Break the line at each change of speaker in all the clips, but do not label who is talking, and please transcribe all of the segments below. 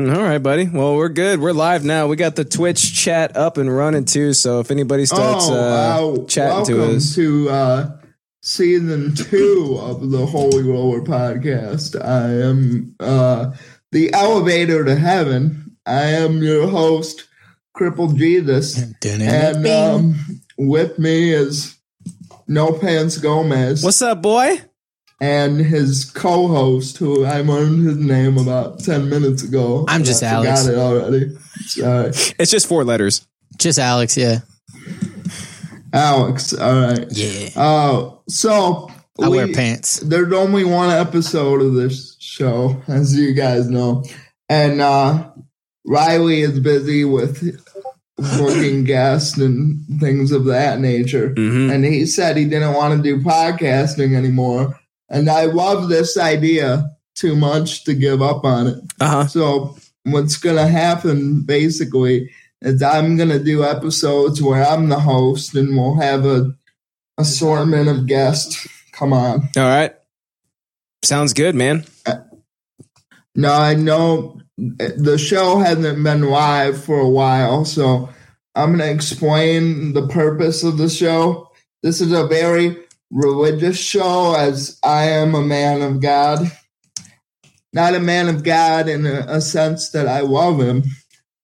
All right, buddy. Well, we're good. We're live now. We got the Twitch chat up and running too. So if anybody starts uh,
Oh, wow.
chatting
Welcome
to us,
to uh, season two of the Holy Roller podcast. I am uh, the elevator to heaven. I am your host, Crippled Jesus, and um, with me is No Pants Gomez
what's up, boy?
and his co-host, who I learned his name about ten minutes ago.
I'm just
I
Alex.
Forgot it already. Sorry,
It's just four letters.
Just Alex, yeah.
Alex. All right.
Yeah.
Uh, so
I wear
we-
pants.
There's only one episode of this show, as you guys know, and uh, Riley is busy with working guests and things of that nature.
Mm-hmm.
And he said he didn't want to do podcasting anymore. And I love this idea too much to give up on it.
Uh huh.
So what's gonna happen basically is I'm gonna do episodes where I'm the host and we'll have a assortment of guests. Come on.
All right. Sounds good, man.
Now I know eh, the show hasn't been live for a while, so I'm gonna explain the purpose of the show. This is a very religious show as I am a man of God. Not a man of God in a, a sense that I love him,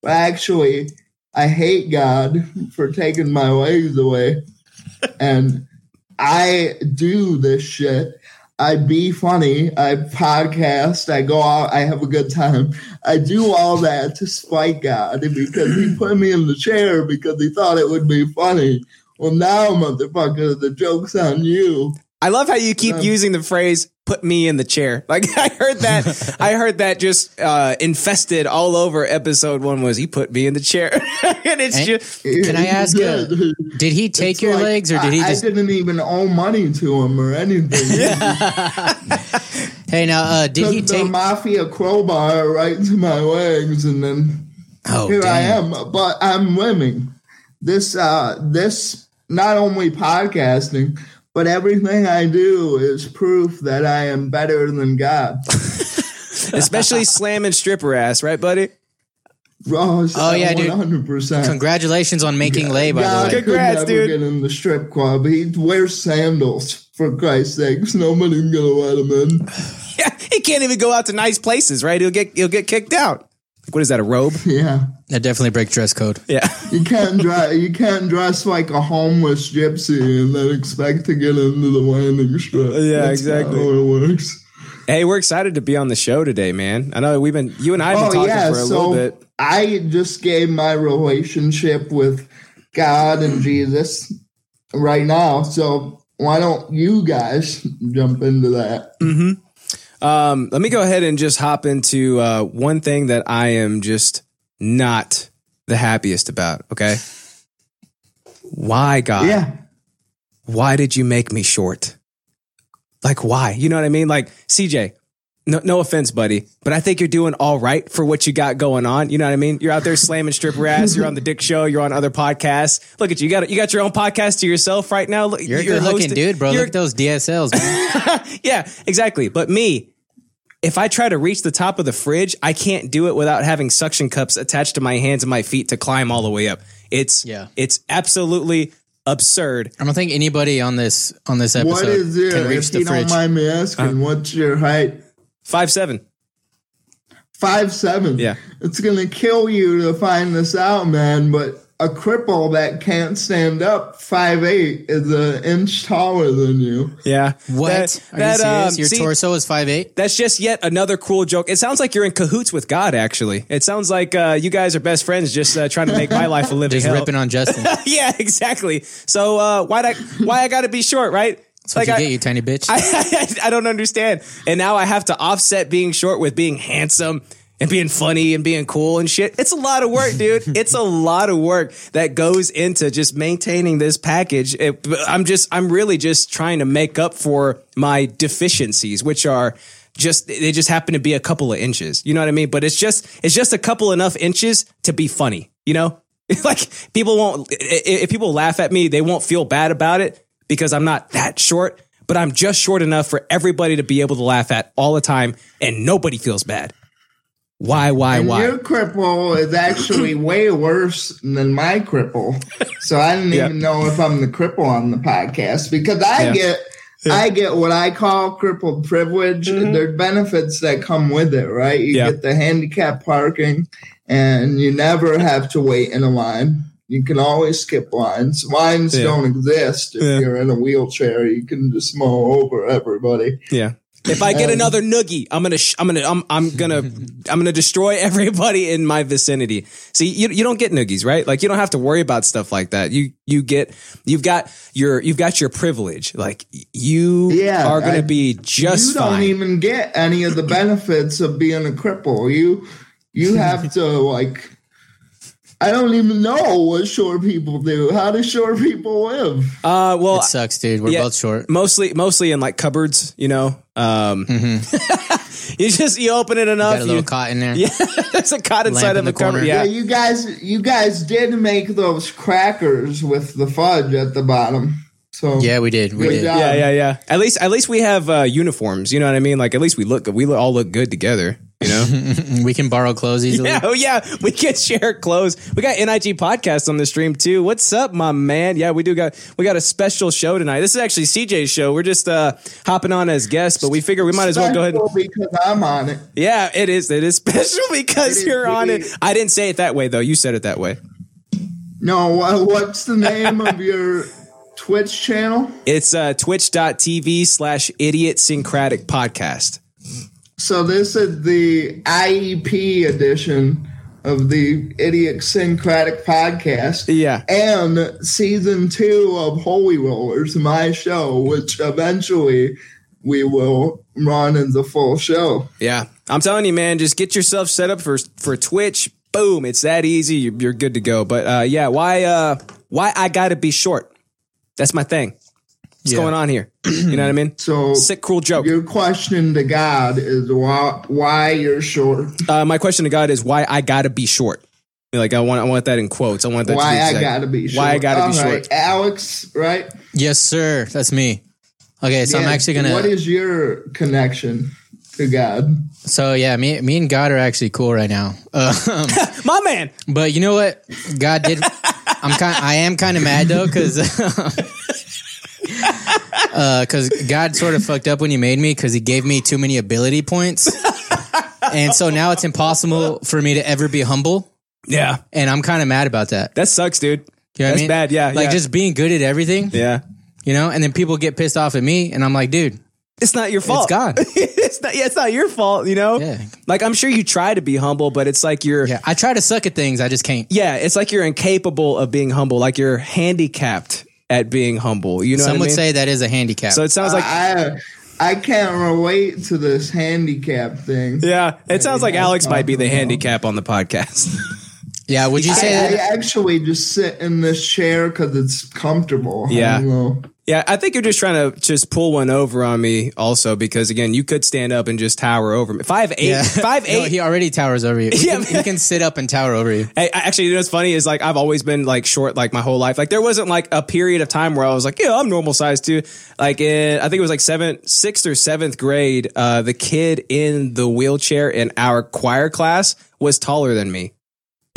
but actually I hate God for taking my ways away. and I do this shit. I be funny. I podcast. I go out. I have a good time. I do all that to spite God because he put me in the chair because he thought it would be funny. Well, now, motherfucker, the joke's on you.
I love how you keep
Um,
using the phrase "put me in the chair." Like I heard that. I heard that just uh, infested all over. Episode one was he put me in the chair, and it's
And-
just
Can I ask you- Did he take
It's
your
like,
legs or did he
I,
just
I didn't even owe money to him or anything.
Hey now uh did
Took
he
the
take
mafia crowbar right to my legs, and then
Oh
here I
damn.
am, but I'm living this. Uh, this not only podcasting, but everything I do is proof that I am better than God.
especially slamming stripper ass, right, buddy?
Ross,
Oh, yeah, dude.
one hundred percent.
Congratulations on making lay by
God
the way.
could
Congrats,
never
dude.
get in the strip club. He wears sandals. For Christ's sakes, nobody's gonna let him in.
Yeah, he can't even go out to nice places, right? He'll get he'll get kicked out. Like, what is that? A robe?
Yeah.
That definitely break dress code.
Yeah.
You can't dress. You can't dress like a homeless gypsy and then expect to get into the landing strip.
Yeah,
That's not
exactly.
how it works.
Hey, we're excited to be on the show today, man. I know we've been you and I have been
Oh
talking
yeah.
for a
So
little bit.
I just gave my relationship with God and Jesus right now. So why don't you guys jump into that?
Um, let me go ahead and just hop into uh, one thing that I am just not the happiest about. Okay, why God?
Yeah.
Why did you make me short? Like why? You know what I mean? Like CJ. No, no offense, buddy, but I think you're doing all right for what you got going on. You know what I mean? You're out there slamming stripper ass. You're on the Dick Show. You're on other podcasts. Look at you. You got you got your own podcast to yourself right now. Look,
You're a good looking
hosting-
dude, bro.
you're-
Look at those DSLs, man.
yeah, exactly. But me, if I try to reach the top of the fridge, I can't do it without having suction cups attached to my hands and my feet to climb all the way up. It's
Yeah.
it's absolutely absurd.
I don't think anybody on this on this episode
What is it?
can reach
If
the
you
fridge.
don't mind me
Uh-huh.
asking, what's your height?
Five seven.
Five seven.
Yeah.
It's gonna kill you to find this out, man. But a cripple that can't stand up, five eight, is an inch taller than you.
Yeah.
what?
That-
Are
that,
you serious?
um,
your
see,
torso is 5'8?
That's just yet another cruel joke. It sounds like you're in cahoots with God. Actually, it sounds like uh, you guys are best friends, just uh, trying to make my life a living
Just
hell.
ripping on Justin. That's
yeah, exactly. So uh, why I why I got to be short, right? It's
what you get, you tiny bitch.
I, I don't understand. And now I have to offset being short with being handsome and being funny and being cool and shit. It's a lot of work, dude. it's a lot of work that goes into just maintaining this package. It- I'm just, I'm really just trying to make up for my deficiencies, which are just they just happen to be a couple of inches. You know what I mean? But it's just it's just a couple enough inches to be funny. You know, like people won't i- i- if people laugh at me, they won't feel bad about it because I'm not that short. But I'm just short enough for everybody to be able to laugh at all the time, and nobody feels bad.
Why? Why?
And
Why?
your cripple is actually way worse than my cripple. So I didn't
Yeah.
even know if I'm the cripple on the podcast because
Yeah.
I
Mm-hmm.
get I get what I call crippled privilege. There are benefits that come with it, right? You
Yeah.
get the handicap parking and you never have to wait in a line. You can always skip lines. Lines
Yeah.
don't exist if
Yeah.
you're in a wheelchair. You can just mow over everybody.
Yeah. If I get
Um,
another noogie, I'm gonna, sh- I'm gonna, I'm, I'm gonna, I'm gonna destroy everybody in my vicinity. See, you, you don't get noogies, right? Like you don't have to worry about stuff like that. You, you get, you've got your, you've got your privilege. Like y- you
Yeah,
are gonna
I-
be just
you don't
fine.
even get any of the benefits of being a cripple. You you have to like I don't even know what short people do. How do short people live?
uh, well,
it sucks, dude. We're
yeah.
both short.
mostly, mostly in like cupboards, you know. Um,
Mm-hmm.
you just you open it
Got
enough.
a little
You,
cot in there.
there's a cot inside
in
of
the
a cupboard.
corner.
Yeah.
Yeah.
you guys you guys did make those crackers with the fudge at the bottom. So
Yeah, we did. We
Good
did.
job.
Yeah, yeah, yeah. At least, at least we have uh, uniforms. You know what I mean? Like, at least we look. We all look good together. You know.
We can borrow clothes easily.
Yeah, oh yeah, we can share clothes. We got NIG podcast on the stream too. What's up, my man? Yeah, we do got we got a special show tonight. This is actually CJ's show. We're just uh hopping on as guests, but we figure we might as well go ahead. And,
Special because I'm on it.
yeah, it is. It is special because
It is,
you're on it.
it is.
I didn't say it that way though. You said it that way.
No, wha- what's the name of your Twitch channel?
It's uh twitch.tv slash idiot syncratic podcast.
So this is the IEP edition of the Idiosyncratic Podcast.
Yeah.
And season two of Holy Rollers, my show, which eventually we will run as a full show.
Yeah. I'm telling you, man, just get yourself set up for for Twitch. Boom. It's that easy. You're, you're good to go. But uh, yeah, why uh, why I gotta be short? That's my thing. What's going on here? you know what I mean?
So
Sick, cruel joke.
your question to God is why, why you're short.
Uh, my question to God is why I gotta be short. Like I want, I want that in quotes. I want that.
Why
to be
I
exact.
gotta be short.
Why I gotta be
All right,
short.
Alex, right?
Yes, sir. That's me. Okay, so I'm
Yeah.
actually gonna.
What is your connection to God?
so yeah, me, me and God are actually cool right now. Um,
My man.
but you know what? God did. I'm kind. I am kind of mad though, because because uh, God sort of fucked up when He made me, because He gave me too many ability points, and so now it's impossible for me to ever be humble.
Yeah,
And I'm kind of mad about that.
that sucks, dude.
You know what
That's
I mean?
bad. Yeah,
like
yeah.
just being good at everything,
yeah.
you know. And then people get pissed off at me, and I'm like, dude,
It's not your fault.
God.
it's not. Yeah, it's not your fault. You know.
Yeah.
Like I'm sure you try to be humble, but it's like you're.
yeah, I try to suck at things, I just can't.
Yeah, it's like you're incapable of being humble, like you're handicapped at being humble. You know,
Some
what I
would
mean?
say "Ah, that is a handicap.
So it sounds like,
I I can't relate to this handicap thing.
yeah, it sounds like
yeah,
Alex might be the
probably.
handicap on the podcast.
yeah, would you
I,
say
I
that?
actually just sit in this chair because it's comfortable. I
Yeah.
don't know.
yeah, I think you're just trying to just pull one over on me, also because again, you could stand up and just tower over me. Five eight,
Yeah.
five
No,
eight.
he already towers over you. He,
Yeah,
can,
man.
he can sit up and tower over you.
Hey, I- actually, you know what's funny is like I've always been like short like my whole life. Like there wasn't like a period of time where I was like, yeah, I'm normal size too. Like in, I think it was like seventh, sixth or seventh grade, uh, the kid in the wheelchair in our choir class was taller than me.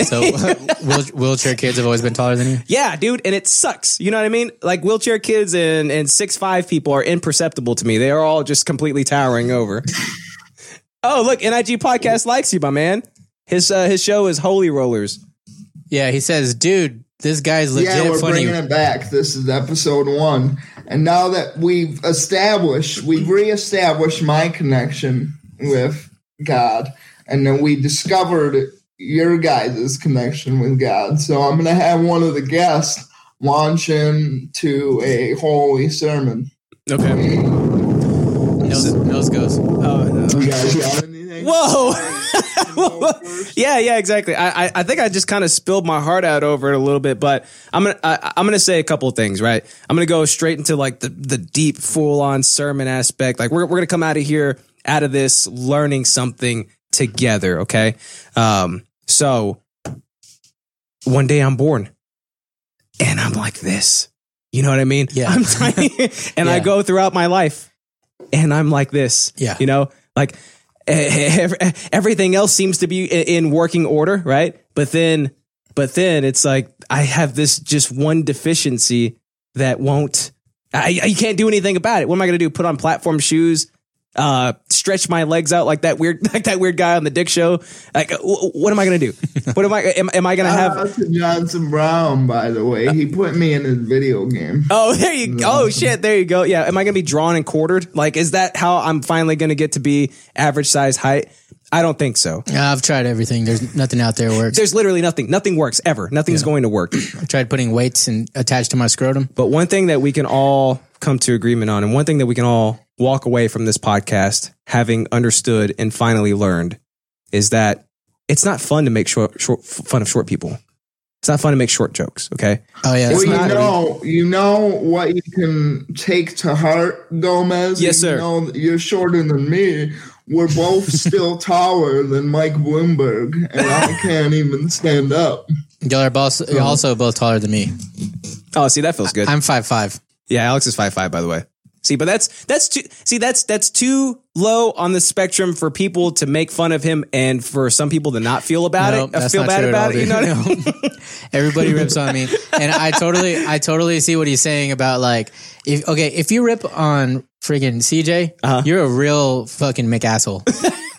So wheel, wheelchair kids have always been taller than you.
Yeah, dude, and it sucks. You know what I mean? Like wheelchair kids and and six five people are imperceptible to me. They are all just completely towering over. oh, look, NIG podcast likes you, my man. His uh, his show is Holy Rollers.
Yeah, he says, dude, this guy's legit
Yeah, we're
funny.
bringing it back. This is episode one, and now that we've established, we've reestablished my connection with God, and then we discovered your guys' connection with God. So I'm gonna have one of the guests launch into a holy sermon.
Okay.
Nose, nose goes.
You guys got anything?
Whoa. yeah, yeah, exactly. I, I, I think I just kind of spilled my heart out over it a little bit, but I'm gonna I, I'm gonna say a couple of things, right? I'm gonna go straight into like the the deep full on sermon aspect. Like we're we're gonna come out of here out of this learning something together, okay? Um, so one day I'm born, and I'm like this. You know what I mean?
Yeah.
I'm tiny, and I
Yeah.
go throughout my life, and I'm like this.
Yeah.
You know, like e-, everything else seems to be i- in working order, right? But then, but then it's like I have this just one deficiency that won't. I, I can't do anything about it. What am I going to do? Put on platform shoes, uh, stretch my legs out like that weird, like that weird guy on the Dick Show. Like, wh- what am I going to do? What am I? Am, am I going to
Shout
have?
out to Johnson Brown, by the way. He put me in his video game.
Oh, there you go. Oh, shit. There you go. Yeah. Am I going to be drawn and quartered? Like, is that how I'm finally going to get to be average size height? I don't think so.
I've tried everything. There's nothing out there works.
There's literally nothing. Nothing works ever. Nothing's going to work.
I tried putting weights and attached to my scrotum.
But one thing that we can all come to agreement on, and one thing that we can all walk away from this podcast having understood and finally learned is that it's not fun to make short, short f- fun of short people. It's not fun to make short jokes. Okay.
Oh
well,
yeah, that's
you
not-
know, you know what you can take to heart, Gomez.
Yes, sir.
You know that you're shorter than me. We're both still taller than Mike Bloomberg, and I can't even stand up.
y'all are both, you're also both taller than me.
Oh, see, that feels good.
I'm five five.
Yeah, Alex is five five, by the way. See, but that's that's too see that's that's too low on the spectrum for people to make fun of him and for some people to not feel about
No,
it. I feel bad
true at
about
all,
it. You
dude.
know what I mean?
No. Everybody rips on me, and I totally, I totally see what he's saying about like, if okay, if you rip on friggin' CJ,
Uh-huh.
you're a real fucking McAsshole.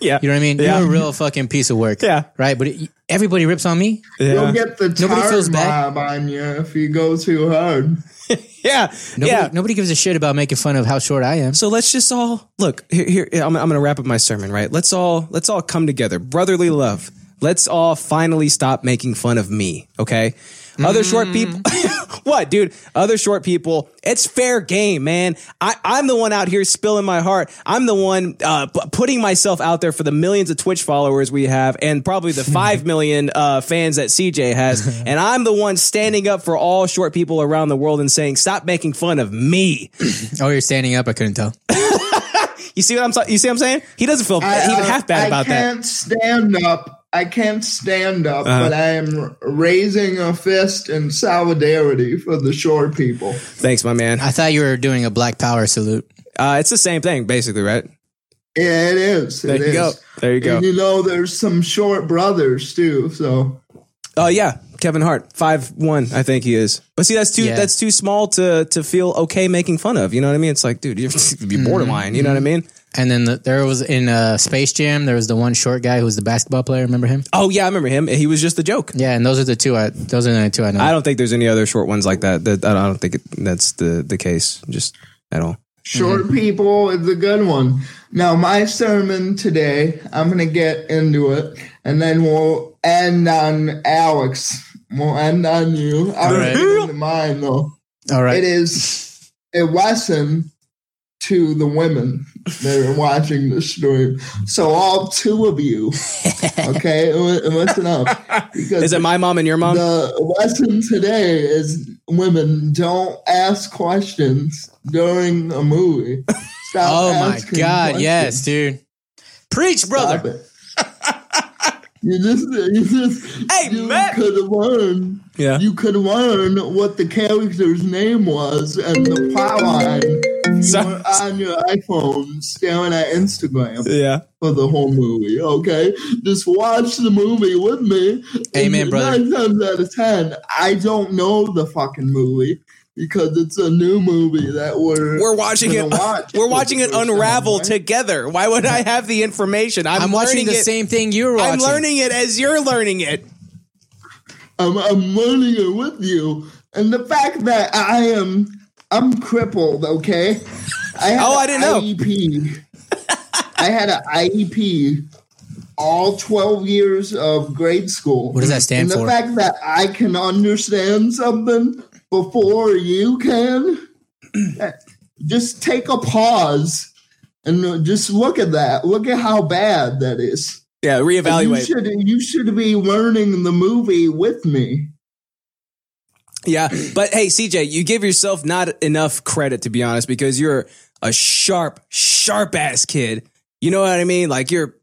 Yeah.
You know what I mean?
Yeah.
You're a real fucking piece of work.
Yeah.
Right. But it, everybody rips on me.
Yeah.
You'll get the
Nobody
tar
feels bad.
mob on you if you go too hard.
Yeah.
Nobody,
yeah.
nobody gives a shit about making fun of how short I am.
So let's just all look here. here I'm, I'm going to wrap up my sermon, right? Let's all let's all come together, brotherly love. Let's all finally stop making fun of me, okay? Other short people, what, dude? Other short people, it's fair game, man. I, I'm the one out here spilling my heart. I'm the one uh, p- putting myself out there for the millions of Twitch followers we have, and probably the five million uh, fans that CJ has. and I'm the one standing up for all short people around the world and saying, "Stop making fun of me."
Oh, you're standing up. I couldn't tell.
You see what I'm sa- you see what I'm saying? He doesn't feel
I,
he even
uh,
half bad
I
about that.
can't stand up. I can't stand up,
Uh-huh.
but I am r- raising a fist in solidarity for the shore people.
Thanks, my man.
I thought you were doing a black power salute.
Uh, it's the same thing, basically, right?
Yeah, it is.
There
it
you
is.
go. There you go.
And you know, there's some short brothers too. So
Oh yeah, Kevin Hart, five one, I think he is. But see, that's too
Yeah.
that's too small to to feel okay making fun of. You know what I mean? It's like, dude, you're, you're borderline. You know what I
Mm-hmm.
mean?
And then the, there was in uh, Space Jam, there was the one short guy who was the basketball player. Remember him?
Oh yeah, I remember him. He was just a joke.
Yeah, and those are the two. I those are the two I know.
I don't think there's any other short ones like that. That I don't think it, that's the the case just at all.
short
Mm-hmm.
people is a good one. Now my sermon today, I'm gonna get into it, and then we'll end on Alex. We'll end on you. I'm
right.
into mine though.
All right.
It is a lesson to the women that are watching the stream. So all two of you, okay, li- listen up. Because
Is it my mom and your mom?
the lesson today is women don't ask questions during a movie. Stop
Oh my
asking
god,
questions.
yes, dude. Preach,
Stop
brother.
it. You just, you just,
Hey,
you
man.
could learn.
Yeah.
You could learn what the character's name was and the plot line. if You
So-
were on your iPhone, staring at Instagram
Yeah.
for the whole movie. Okay, just watch the movie with me.
Amen,
And
brother.
Nine times out of ten, I don't know the fucking movie because it's a new movie that we're
We're watching it.
gonna watch
We're watching
for
it
the first
unravel
time, right?
together. Why would I have the information? I'm,
I'm watching
learning
the
it.
same thing you're
I'm
watching.
learning it as you're learning it.
I'm, I'm learning it with you, and the fact that I am I'm crippled. Okay, I had
Oh, I
a
didn't know.
IEP. I had an IEP all 12 years of grade school.
What does that stand
and
for?
The fact that I can understand something before you can, just take a pause and just look at that. Look at how bad that is.
Yeah,
You
reevaluate.
should you should be learning the movie with me.
Yeah, but hey, CJ, you give yourself not enough credit to be honest because you're a sharp, sharp ass kid. You know what I mean? Like you're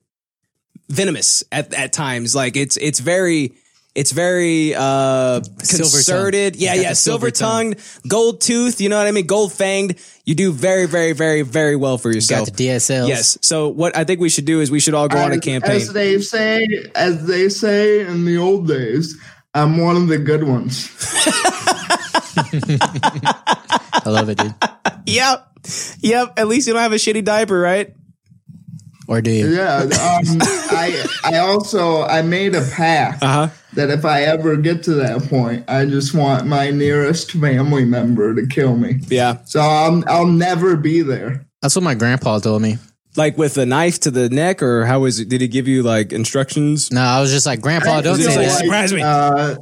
venomous at at times. Like it's it's very. It's very uh,
Silver-tongued.
concerted. Yeah,
He's got
yeah.
the
Silver
silver-tongue.
tongued, gold tooth. You know what I mean? Gold fanged. You do very, very, very, very well for
Got
yourself.
the DSLs.
Yes. So what I think we should do is we should all go on a
As-
campaign.
As they say, as they say in the old days, I'm one of the good ones.
I love it, dude.
Yep. Yep. At least you don't have a shitty diaper, right?
Or do you?
Yeah. Um, I I also I made a pact
Uh-huh.
that if I ever get to that point, I just want my nearest family member to kill me.
Yeah.
So I'll I'll never be there.
That's what my grandpa told me.
Like with a knife to the neck, or how was it? Did he give you like instructions?
No, I was just like, Grandpa, Oh, don't
He's
say
like,
that.
surprise me.
Uh,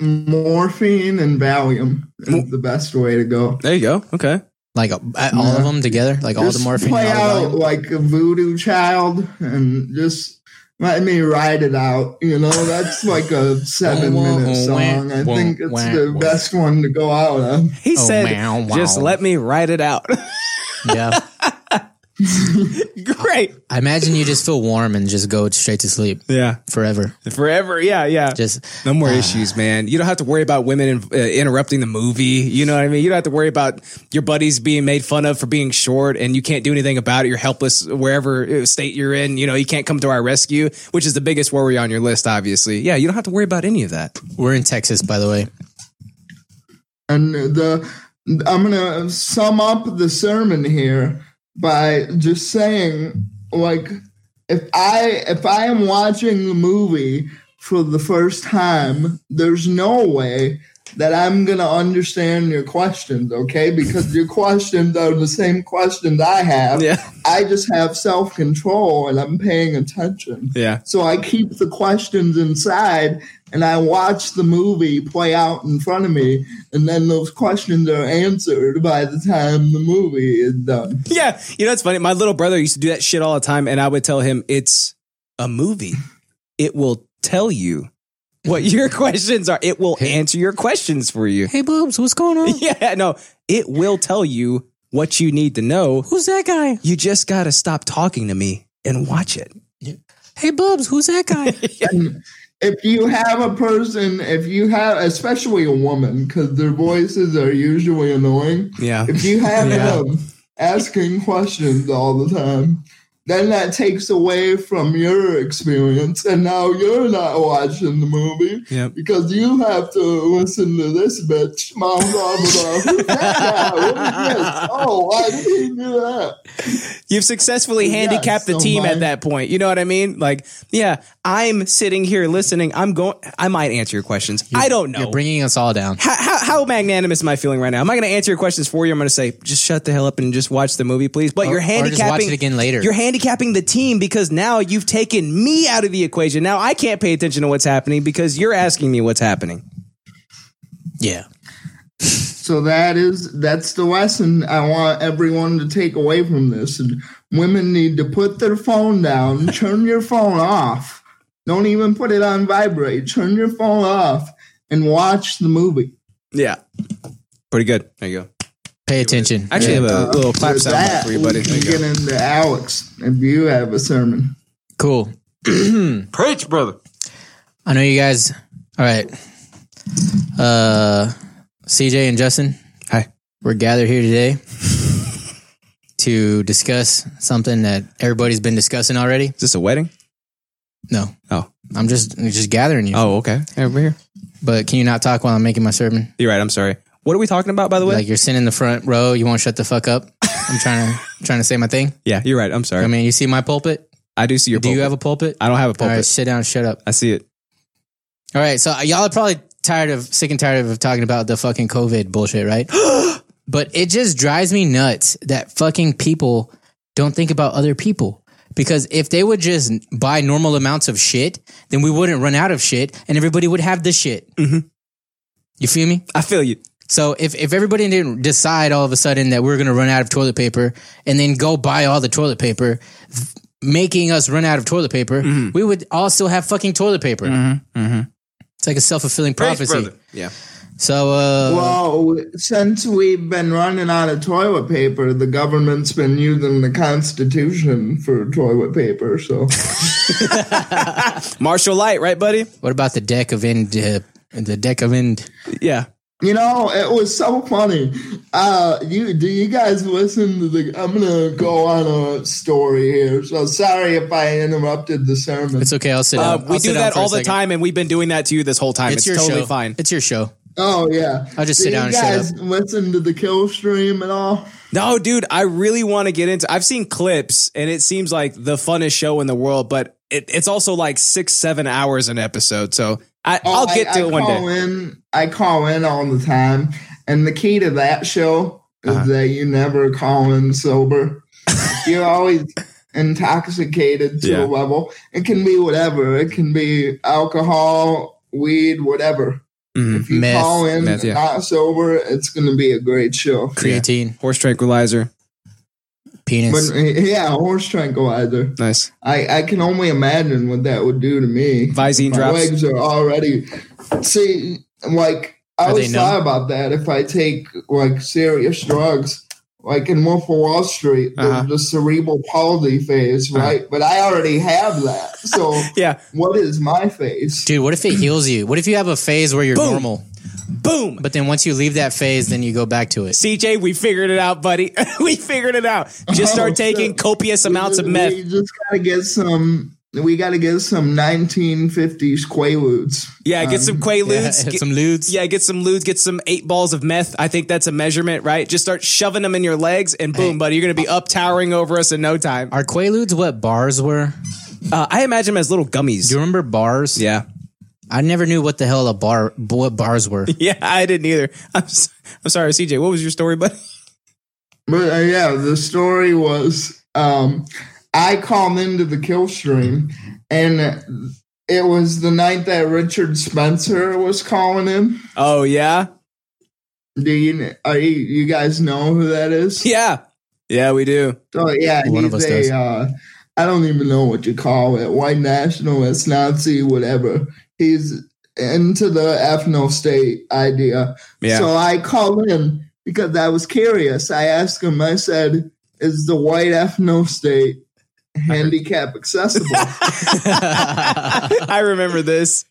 morphine and Valium is the best way to go.
There you go. Okay.
Like uh, all of them together, like all the
Just
morphine.
Play
and all the
out like a voodoo child and just let me ride it out. You know, that's like a seven
Wah, wah,
minute
wah,
song. I
wah,
think it's
wah,
the
wah.
best one to go out on.
He
Oh,
said,
meow, wow.
"Just let me write it out."
volume. yeah.
Great.
I imagine you just feel warm and just go straight to sleep
Yeah.
forever.
Forever. Yeah. Yeah.
Just Ah.
no more issues, man. You don't have to worry about women uh, interrupting the movie. You know what I mean? You don't have to worry about your buddies being made fun of for being short and you can't do anything about it. You're helpless wherever uh, state you're in. You know, you can't come to our rescue, which is the biggest worry on your list, obviously. Yeah. You don't have to worry about any of that.
we're in Texas, by the way.
And the I'm gonna sum up the sermon here by just saying like if I if I am watching the movie for the first time, there's no way that I'm gonna understand your questions, okay? Because your questions are the same questions I have.
Yeah.
I just have self control and I'm paying attention.
Yeah.
So I keep the questions inside and I watch the movie play out in front of me. And then those questions are answered by the time the movie is done.
Yeah. You know, it's funny. My little brother used to do that shit all the time. And I would tell him, it's a movie. It will tell you what your questions are, it will answer your questions for you.
Hey, boobs, what's going on?
Yeah. No, it will tell you what you need to know.
Who's that guy?
you just got to stop talking to me and watch it.
Hey, boobs, who's that guy?
If you have a person, if you have, especially a woman, because their voices are usually annoying,
Yeah.
if you have them asking questions all the time, then that takes away from your experience. And now you're not watching the movie.
Yep.
because you have to listen to this bitch. Mom, blah, blah, blah. Yeah, what is this? Oh, why did he do that?
You've successfully
Yeah,
handicapped
oh
the
so
team
my-
at that point. You know what I mean? Like, yeah, I'm sitting here listening. I'm going, I might answer your questions. I don't know.
You're bringing us all down.
how, how, how magnanimous am I feeling right now? Am I going to answer your questions for you? I'm going to say, just shut the hell up and just watch the movie, please. But
Or-
you're
or just watch
handicapping.
it again later.
You're handicapping the team because now you've taken me out of the equation. Now I can't pay attention to what's happening because you're asking me what's happening.
Yeah.
So that is that's the lesson I want everyone to take away from this. And women need to put their phone down, turn your phone off. Don't even put it on vibrate. Turn your phone off and watch the movie.
Yeah. Pretty good. There you go.
Pay attention.
Actually, I have a little
With
clap sound
that,
for you, buddy.
we
There
can
you go.
get into Alex if you have a sermon.
Cool.
Preach, brother.
I know you guys. All right. Uh, CJ and Justin.
Hi.
We're gathered here today to discuss something that everybody's been discussing already.
Is this a wedding?
No.
Oh.
I'm just just gathering you.
Oh, okay. Hey, over here.
But can you not talk while I'm making my sermon?
You're right. I'm sorry. What are we talking about, by the way?
Like you're sitting in the front row, you won't shut the fuck up. I'm trying to trying to say my thing.
yeah, you're right. I'm sorry.
I mean, you see my pulpit?
I do see your
Do
pulpit.
you have a pulpit?
I don't have a
All
pulpit.
right, sit down, shut up.
I see it.
All right, so y'all are probably tired of sick and tired of talking about the fucking COVID bullshit, right? but it just drives me nuts that fucking people don't think about other people. Because if they would just buy normal amounts of shit, then we wouldn't run out of shit and everybody would have the shit. You feel me?
I feel you.
So if, if everybody didn't decide all of a sudden that we're going to run out of toilet paper and then go buy all the toilet paper, th- making us run out of toilet paper,
Mm-hmm.
we would also have fucking toilet paper. It's like a self fulfilling prophecy.
Yeah.
So, uh,
Well, since we've been running out of toilet paper, the government's been using the Constitution for toilet paper. So
Martial light, right, buddy?
what about the deck of end? Uh, the deck of end.
Yeah.
you know, it was so funny. Uh, you do you guys listen to the? I'm gonna go on a story here. So sorry if I interrupted the sermon.
It's okay. I'll sit
Uh,
down.
we
I'll sit
do
down
that
for a
all the
second.
time, and we've been doing that to you this whole time. It's, totally
show.
fine.
It's your show.
Oh yeah,
I'll just
do
sit
you
down and shut
guys listen to the kill stream at all?
No, dude, I really want to get into. I've seen clips, and it seems like the funnest show in the world, but it, it's also like six, seven hours an episode. So I,
Oh,
I'll get
I,
to
I
it one
call
day.
In, I call in all the time, and the key to that show is
Uh-huh.
that you never call in sober. You're always intoxicated to
Yeah.
a level. It can be whatever. It can be alcohol, weed, whatever.
Mhm.
If you
Meth.
call in
Meth, yeah.
not sober, it's going to be a great show.
Creatine,
Horse tranquilizer.
But
penis.
yeah, horse tranquilizer.
Nice.
I, I can only imagine what that would do to me.
Visine
My
drops.
legs are already. See, like I
Are they
always
numb?
thought about that. If I take like serious drugs, like in Wolf of Wall Street, there's
Uh-huh.
the cerebral palsy phase,
Uh-huh.
right? But I already have that. So
Yeah.
what is my phase?
Dude, what if it heals you? What if you have a phase where you're
Boom.
normal,
Boom.
but then once you leave that phase, then you go back to it?
CJ, we figured it out, buddy. we figured it out. Just
Oh,
start
shit.
taking copious amounts of
We-
meth.
We just gotta get some. We gotta get some 1950s quaaludes.
Yeah, get some
Um, Yeah,
Quaaludes. get,
some lewds.
yeah, get some lewds, get some eight balls of meth. I think that's a measurement, right? Just start shoving them in your legs, and boom, buddy, you're going to be up towering over us in no time.
Are quaaludes what bars were?
Uh, I imagine them as little gummies.
Do you remember bars?
Yeah.
I never knew what the hell a bar what bars were.
Yeah, I didn't either. I'm, s- I'm sorry, CJ. What was your story, buddy?
But uh, yeah, the story was um, I called into the kill stream, and it was the night that Richard Spencer was calling him.
Oh, yeah?
Do you are you, you guys know who that is?
Yeah. Yeah, we do.
So yeah,
One of
he's
us
a,
does.
Uh, I don't even know what you call it. White nationalist, Nazi, whatever. He's into the ethno state idea.
Yeah.
So I called in because I was curious. I asked him, I said, is the white ethno state handicap accessible?
I remember this.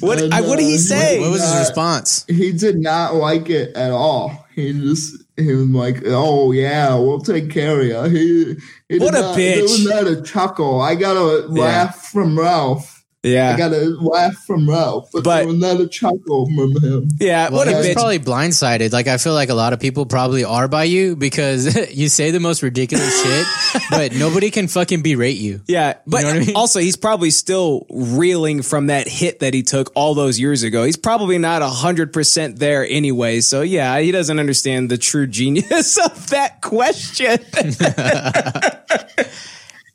What,
And,
I, what did
uh,
he
what-
say?
what was his
Uh,
response?
he did not like it at all. He just he was like, "Oh yeah, we'll take care of you." He, he did
What a
not,
bitch.
There was not a chuckle. I got a
Yeah.
laugh from Ralph. I
yeah.
got a laugh from Ralph, but,
But-
there was not a chuckle from him.
Yeah,
Well,
what a
he was
bitch.
probably blindsided. Like I feel like a lot of people probably are by you because you say the most ridiculous shit, but nobody can fucking berate you.
Yeah, but
know what I mean?
also he's probably still reeling from that hit that he took all those years ago. He's probably not hundred percent there anyway. So yeah, he doesn't understand the true genius of that question.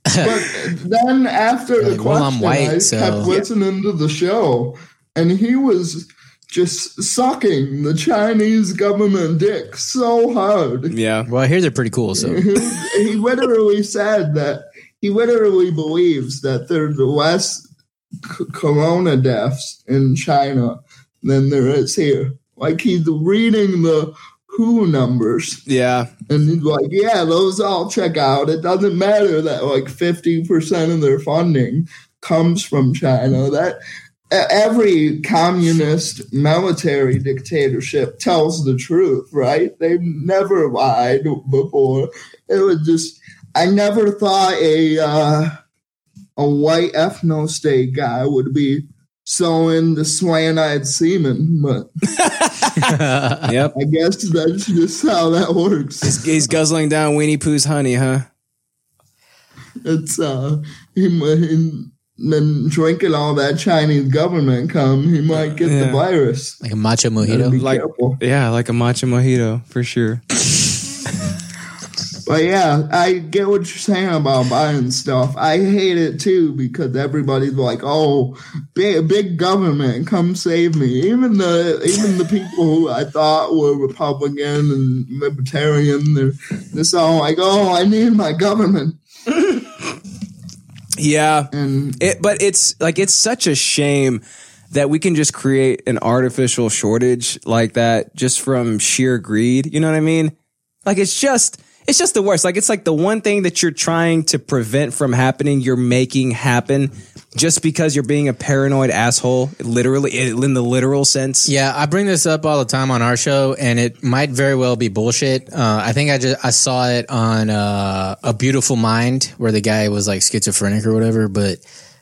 But then after the
Like,
question,
well, I'm white,
I
so-
kept listening to the show, and he was just sucking the Chinese government dick so hard.
yeah,
Well, I hear they're pretty cool. So
he literally said that he literally believes that there's less c- corona deaths in China than there is here. Like he's reading the WHO numbers,
yeah,
and he's like, "Yeah, those all check out. It doesn't matter that like fifty percent of their funding comes from China. That." e- Every communist military dictatorship tells the truth, right? They've never lied before. It was just, I never thought a uh, a white ethno state guy would be so into slant eyed semen, but
yep.
I guess that's just how that works.
He's, he's guzzling down Winnie Pooh's honey, huh?
it's uh he might he- then drinking all that Chinese government cum, he might get
Yeah.
the virus.
like a matcha
Gotta Be
mojito.
like-
careful.
Yeah, like a matcha mojito for sure.
But yeah, I get what you're saying about buying stuff. I hate it too because everybody's like, "Oh, big, big government, come save me!" Even the even the people who I thought were Republican and Libertarian, they're, they're all like, "Oh, I need my government."
Yeah,
And
it, but it's like it's such a shame that we can just create an artificial shortage like that just from sheer greed. You know what I mean? Like it's just it's just the worst. Like it's like the one thing that you're trying to prevent from happening, you're making happen just because you're being a paranoid asshole, literally in the literal sense.
Yeah, I bring this up all the time on our show, and it might very well be bullshit. Uh, I think I just I saw it on uh, a Beautiful Mind where the guy was like schizophrenic or whatever, but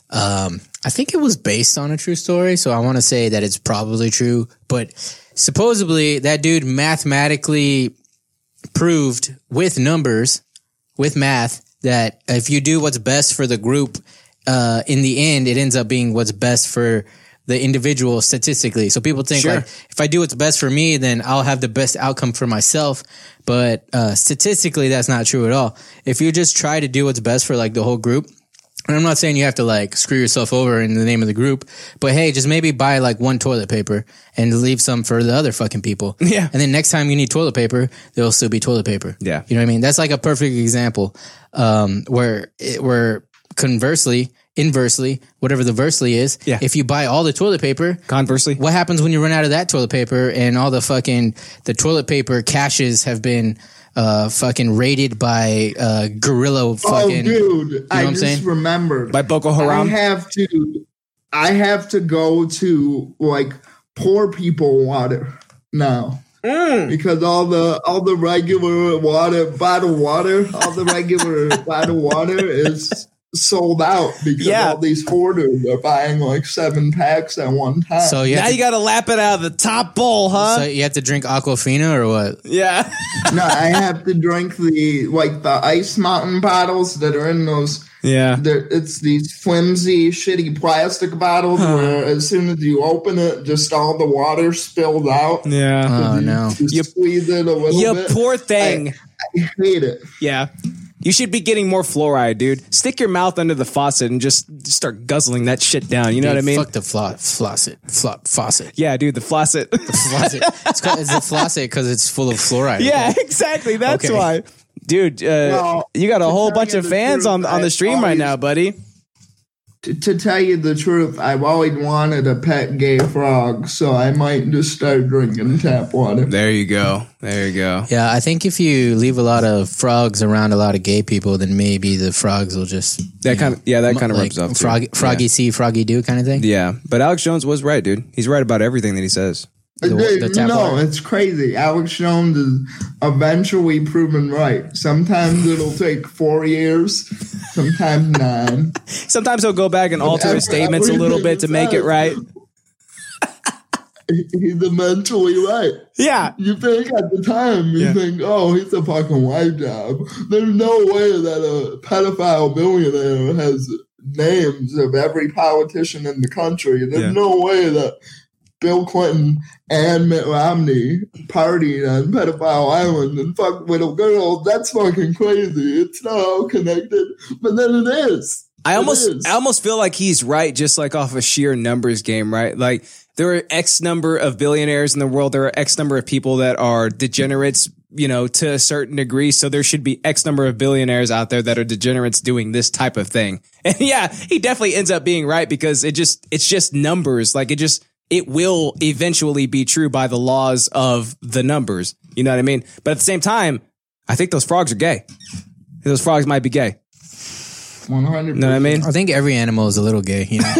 um, I think it was based on a true story. So I want to say that it's probably true, but supposedly that dude mathematically proved with numbers, with math, that if you do what's best for the group, uh, in the end, it ends up being what's best for the individual statistically. So people think
Sure.
like, if I do what's best for me, then I'll have the best outcome for myself. But uh, statistically, that's not true at all. If you just try to do what's best for like the whole group, and I'm not saying you have to like screw yourself over in the name of the group, but hey, just maybe buy like one toilet paper and leave some for the other fucking people.
Yeah.
And then next time you need toilet paper, there'll still be toilet paper.
Yeah.
You know what I mean? That's like a perfect example. Um, where it, where conversely, inversely, whatever the versely is,
Yeah.
if you buy all the toilet paper,
Conversely,
what happens when you run out of that toilet paper and all the fucking the toilet paper caches have been uh fucking raided by uh gorilla
Oh,
fucking
dude, I
I'm
just
saying?
remembered.
by Boko
I
Haram.
have to, I have to go to like poor people water now because all the all the regular water, bottled water, all the regular bottled water is sold out because
Yeah.
all these hoarders are buying like seven packs at one time.
So you
now
have,
you
to,
got to lap it out of the top bowl, huh?
so you have to drink Aquafina or what?
yeah.
no, I have to drink the like the ice mountain bottles that are in those
Yeah.
there, it's these flimsy, shitty plastic bottles where as soon as you open it, just all the water spilled out.
Yeah.
Oh no.
You
You-
squeeze it a little
You
bit.
poor thing.
I hate it.
Yeah. You should be getting more fluoride, dude. Stick your mouth under the faucet and just, just start guzzling that shit down. You know what I mean?
Fuck the flo- flosset. Flop faucet.
Yeah, dude, the faucet.
Flosset. it's called it's a flosset because it's full of fluoride.
yeah, exactly. That's
Okay.
why. Dude, uh,
Well,
you got a
to
whole
tell
bunch
you
of
the
fans
truth,
on on the
I've
stream right
always-
now, buddy.
To, to tell you the truth, I've always wanted a pet gay frog, so I might just start drinking tap water.
There you go. There you go.
Yeah, I think if you leave a lot of frogs around a lot of gay people, then maybe the frogs will just
That kind of yeah, that kind of
like
rubs off. too.
frog, froggy see, froggy do kind of thing.
Yeah. But Alex Jones was right, dude. He's right about everything that he says.
the
Dude,
tap
no,
water.
it's crazy. Alex Jones is eventually proven right. Sometimes it'll take four years, sometimes nine.
Sometimes he'll go back and alter his
Whatever-
statements a little bit to make it right.
He's eventually right.
Yeah.
You think at the time, you
Yeah.
think, oh, he's a fucking white job. There's no way that a pedophile billionaire has names of every politician in the country. There's
Yeah.
no way that Bill Clinton and Mitt Romney partied on Pedophile Island and fucked little girls. That's fucking crazy. It's not all connected, but then it is.
I
It
almost
is.
I almost feel like he's right, just like off a sheer numbers game, right? Like there are X number of billionaires in the world. There are X number of people that are degenerates, you know, to a certain degree. So there should be X number of billionaires out there that are degenerates doing this type of thing. And yeah, he definitely ends up being right because it just it's just numbers. Like it just it will eventually be true by the laws of the numbers. You know what I mean? But at the same time, I think those frogs are gay. Those frogs might be gay.
100
You know what I mean?
I think every animal is a little gay. You know,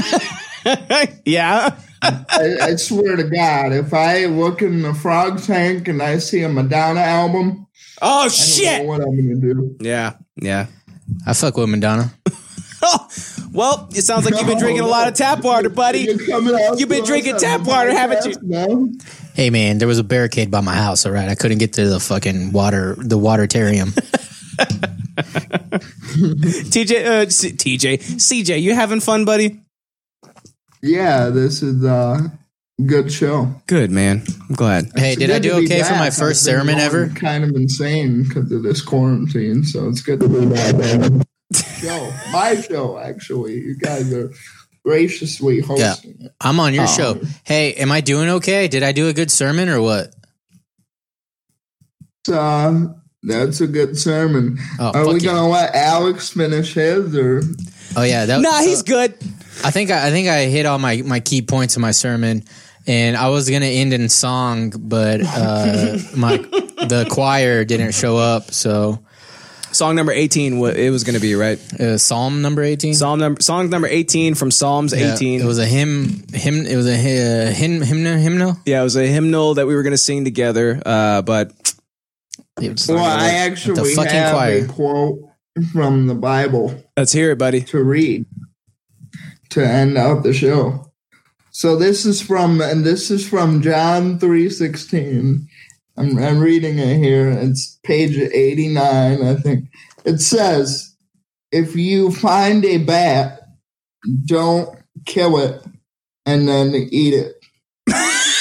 yeah.
I, I swear to God, if I look in the frog tank and I see a Madonna album,
Oh
I don't know
shit.
what I'm gonna do.
Yeah. Yeah.
I fuck with Madonna.
Oh, well, it sounds like you've been drinking a lot of tap water, buddy.
You're coming out
You've been
to
drinking
us on
tap
the
water, haven't
podcast now?
Hey man, there was a barricade by my house. All right, I couldn't get to the fucking water, the watertarium.
TJ, uh, C- TJ, CJ, you having fun, buddy?
Yeah, this is a good show.
Good man. I'm glad.
hey,
It's
did I
good to
do
be
okay for
back.
my
I've
first
been
sermon
going
ever?
Kind of insane because of this quarantine, so it's good to be back. man. show, my show, actually. You guys are graciously hosting it.
I'm on your
Oh.
show. Hey, am I doing okay? Did I do a good sermon or what?
It's, uh, That's a good sermon.
Oh,
Are we
fuck yeah.
gonna let Alex finish his or
Oh yeah, that,
Nah,
so-
he's good.
I think I, I think I hit all my my key points of my sermon, and I was gonna end in song, but uh, my the choir didn't show up, so
Song number 18, wa- it was going to be, right?
uh, Psalm number eighteen.
Psalm number, song number 18 from Psalms
Yeah,
18.
it was a hymn. Hymn. It was a hy- uh, hymn. Hymn. Hymnal.
yeah, it was a hymnal that we were going to sing together, uh, but
It was-
well I
The
actually
fucking
have
choir.
a quote from the Bible
let's hear it, buddy.
to read to end out the show. So this is from and this is from John three sixteen. I'm I'm reading it here. It's page eighty nine, I think. It says, "If you find a bat, don't kill it, and then eat it."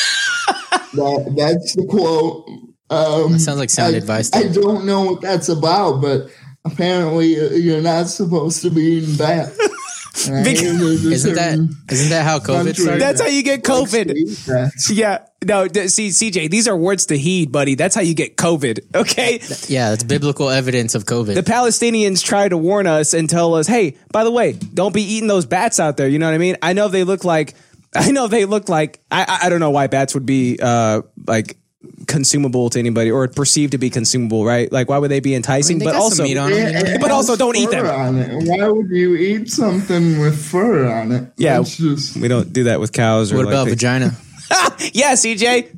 that, that's the quote. Um,
That sounds like sound
I-
advice.
I don't know what that's about, but apparently uh, you're not supposed to be eating that.
Because-
Isn't that isn't that how COVID
Country.
started?
That's how you get COVID. Yeah. No, d- see, CJ, these are words to heed, buddy. That's how you get COVID. Okay.
yeah, that's biblical evidence of COVID.
The Palestinians try to warn us and tell us, hey, by the way, don't be eating those bats out there. You know what I mean? I know they look like, I know they look like, I, I- I don't know why bats would be uh, like consumable to anybody or perceived to be consumable, right? Like, why would they be enticing?
They
but
got
also,
some meat on it, yeah.
But also don't eat them.
On it. Why would you eat something with fur on it?
Yeah.
It's just,
we don't do that with cows or
What
like
about
pigs.
vagina?
yeah, CJ.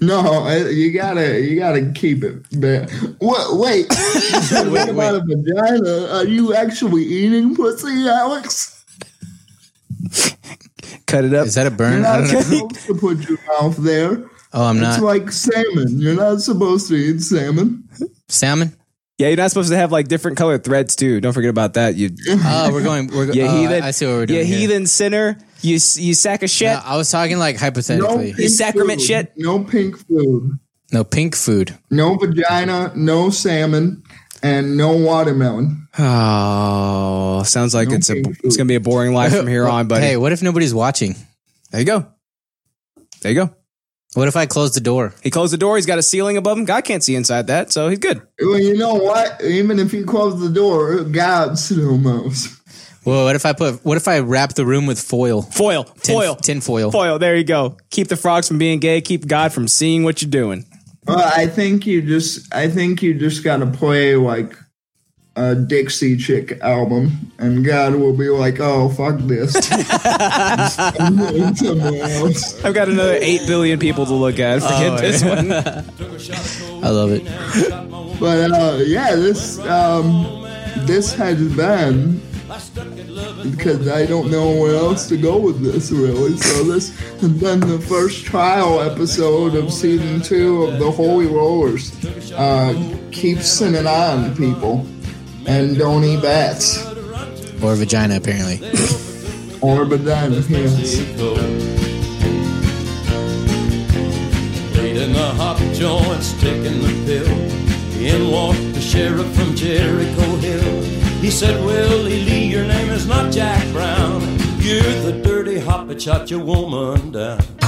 no, uh, you gotta you gotta keep it. But what? Wait, wait,
wait.
about a vagina? Are you actually eating pussy, Alex?
Cut it up.
Is that a
You're
burn? I
not
don't know.
supposed to put your mouth there.
Oh, I'm
It's
not
like salmon. You're not supposed to eat salmon.
salmon.
yeah, you're not supposed to have like different colored threads too. Don't forget about that. You,
Oh, we're going. We're go-
you
oh,
heathen.
I see what we're doing.
You
here.
heathen sinner. You s- you sack of shit.
No, I was talking like hypothetically.
You sacrament
food.
shit.
No pink food.
No pink food.
No vagina. No salmon. And no watermelon.
Oh, sounds like it's a
pink
it's gonna be a boring life from here on, buddy.
Hey, what if nobody's watching?
There you go. There you go.
What if I close the door?
He closed the door. He's got a ceiling above him. God can't see inside that, so he's good.
Well, you know what? Even if you close the door, God still knows.
Well, what if I put? What if I wrap the room with foil?
Foil,
Tin,
foil,
tin foil.
foil. There you go. Keep the frogs from being gay. Keep God from seeing what you're doing.
Well, I think you just. I think you just gotta play like a Dixie Chick album, and God will be like, "Oh, fuck this." I'm going somewhere else.
I've got another eight billion people to look at. Forget this one.
I love it.
But uh, yeah, this um, this has been because I don't know where else to go with this really. So this has been the first trial episode of season two of the Holy Rollers. Uh, keep sending on, people, and don't eat bats
Or vagina, apparently.
or bananas. Yes.
Mexico. Played in the hop joints, taking the pill. In walked the sheriff from Jericho Hill. He said, Willie Lee, your name is not Jack Brown. You're the dirty hoppachacha woman down.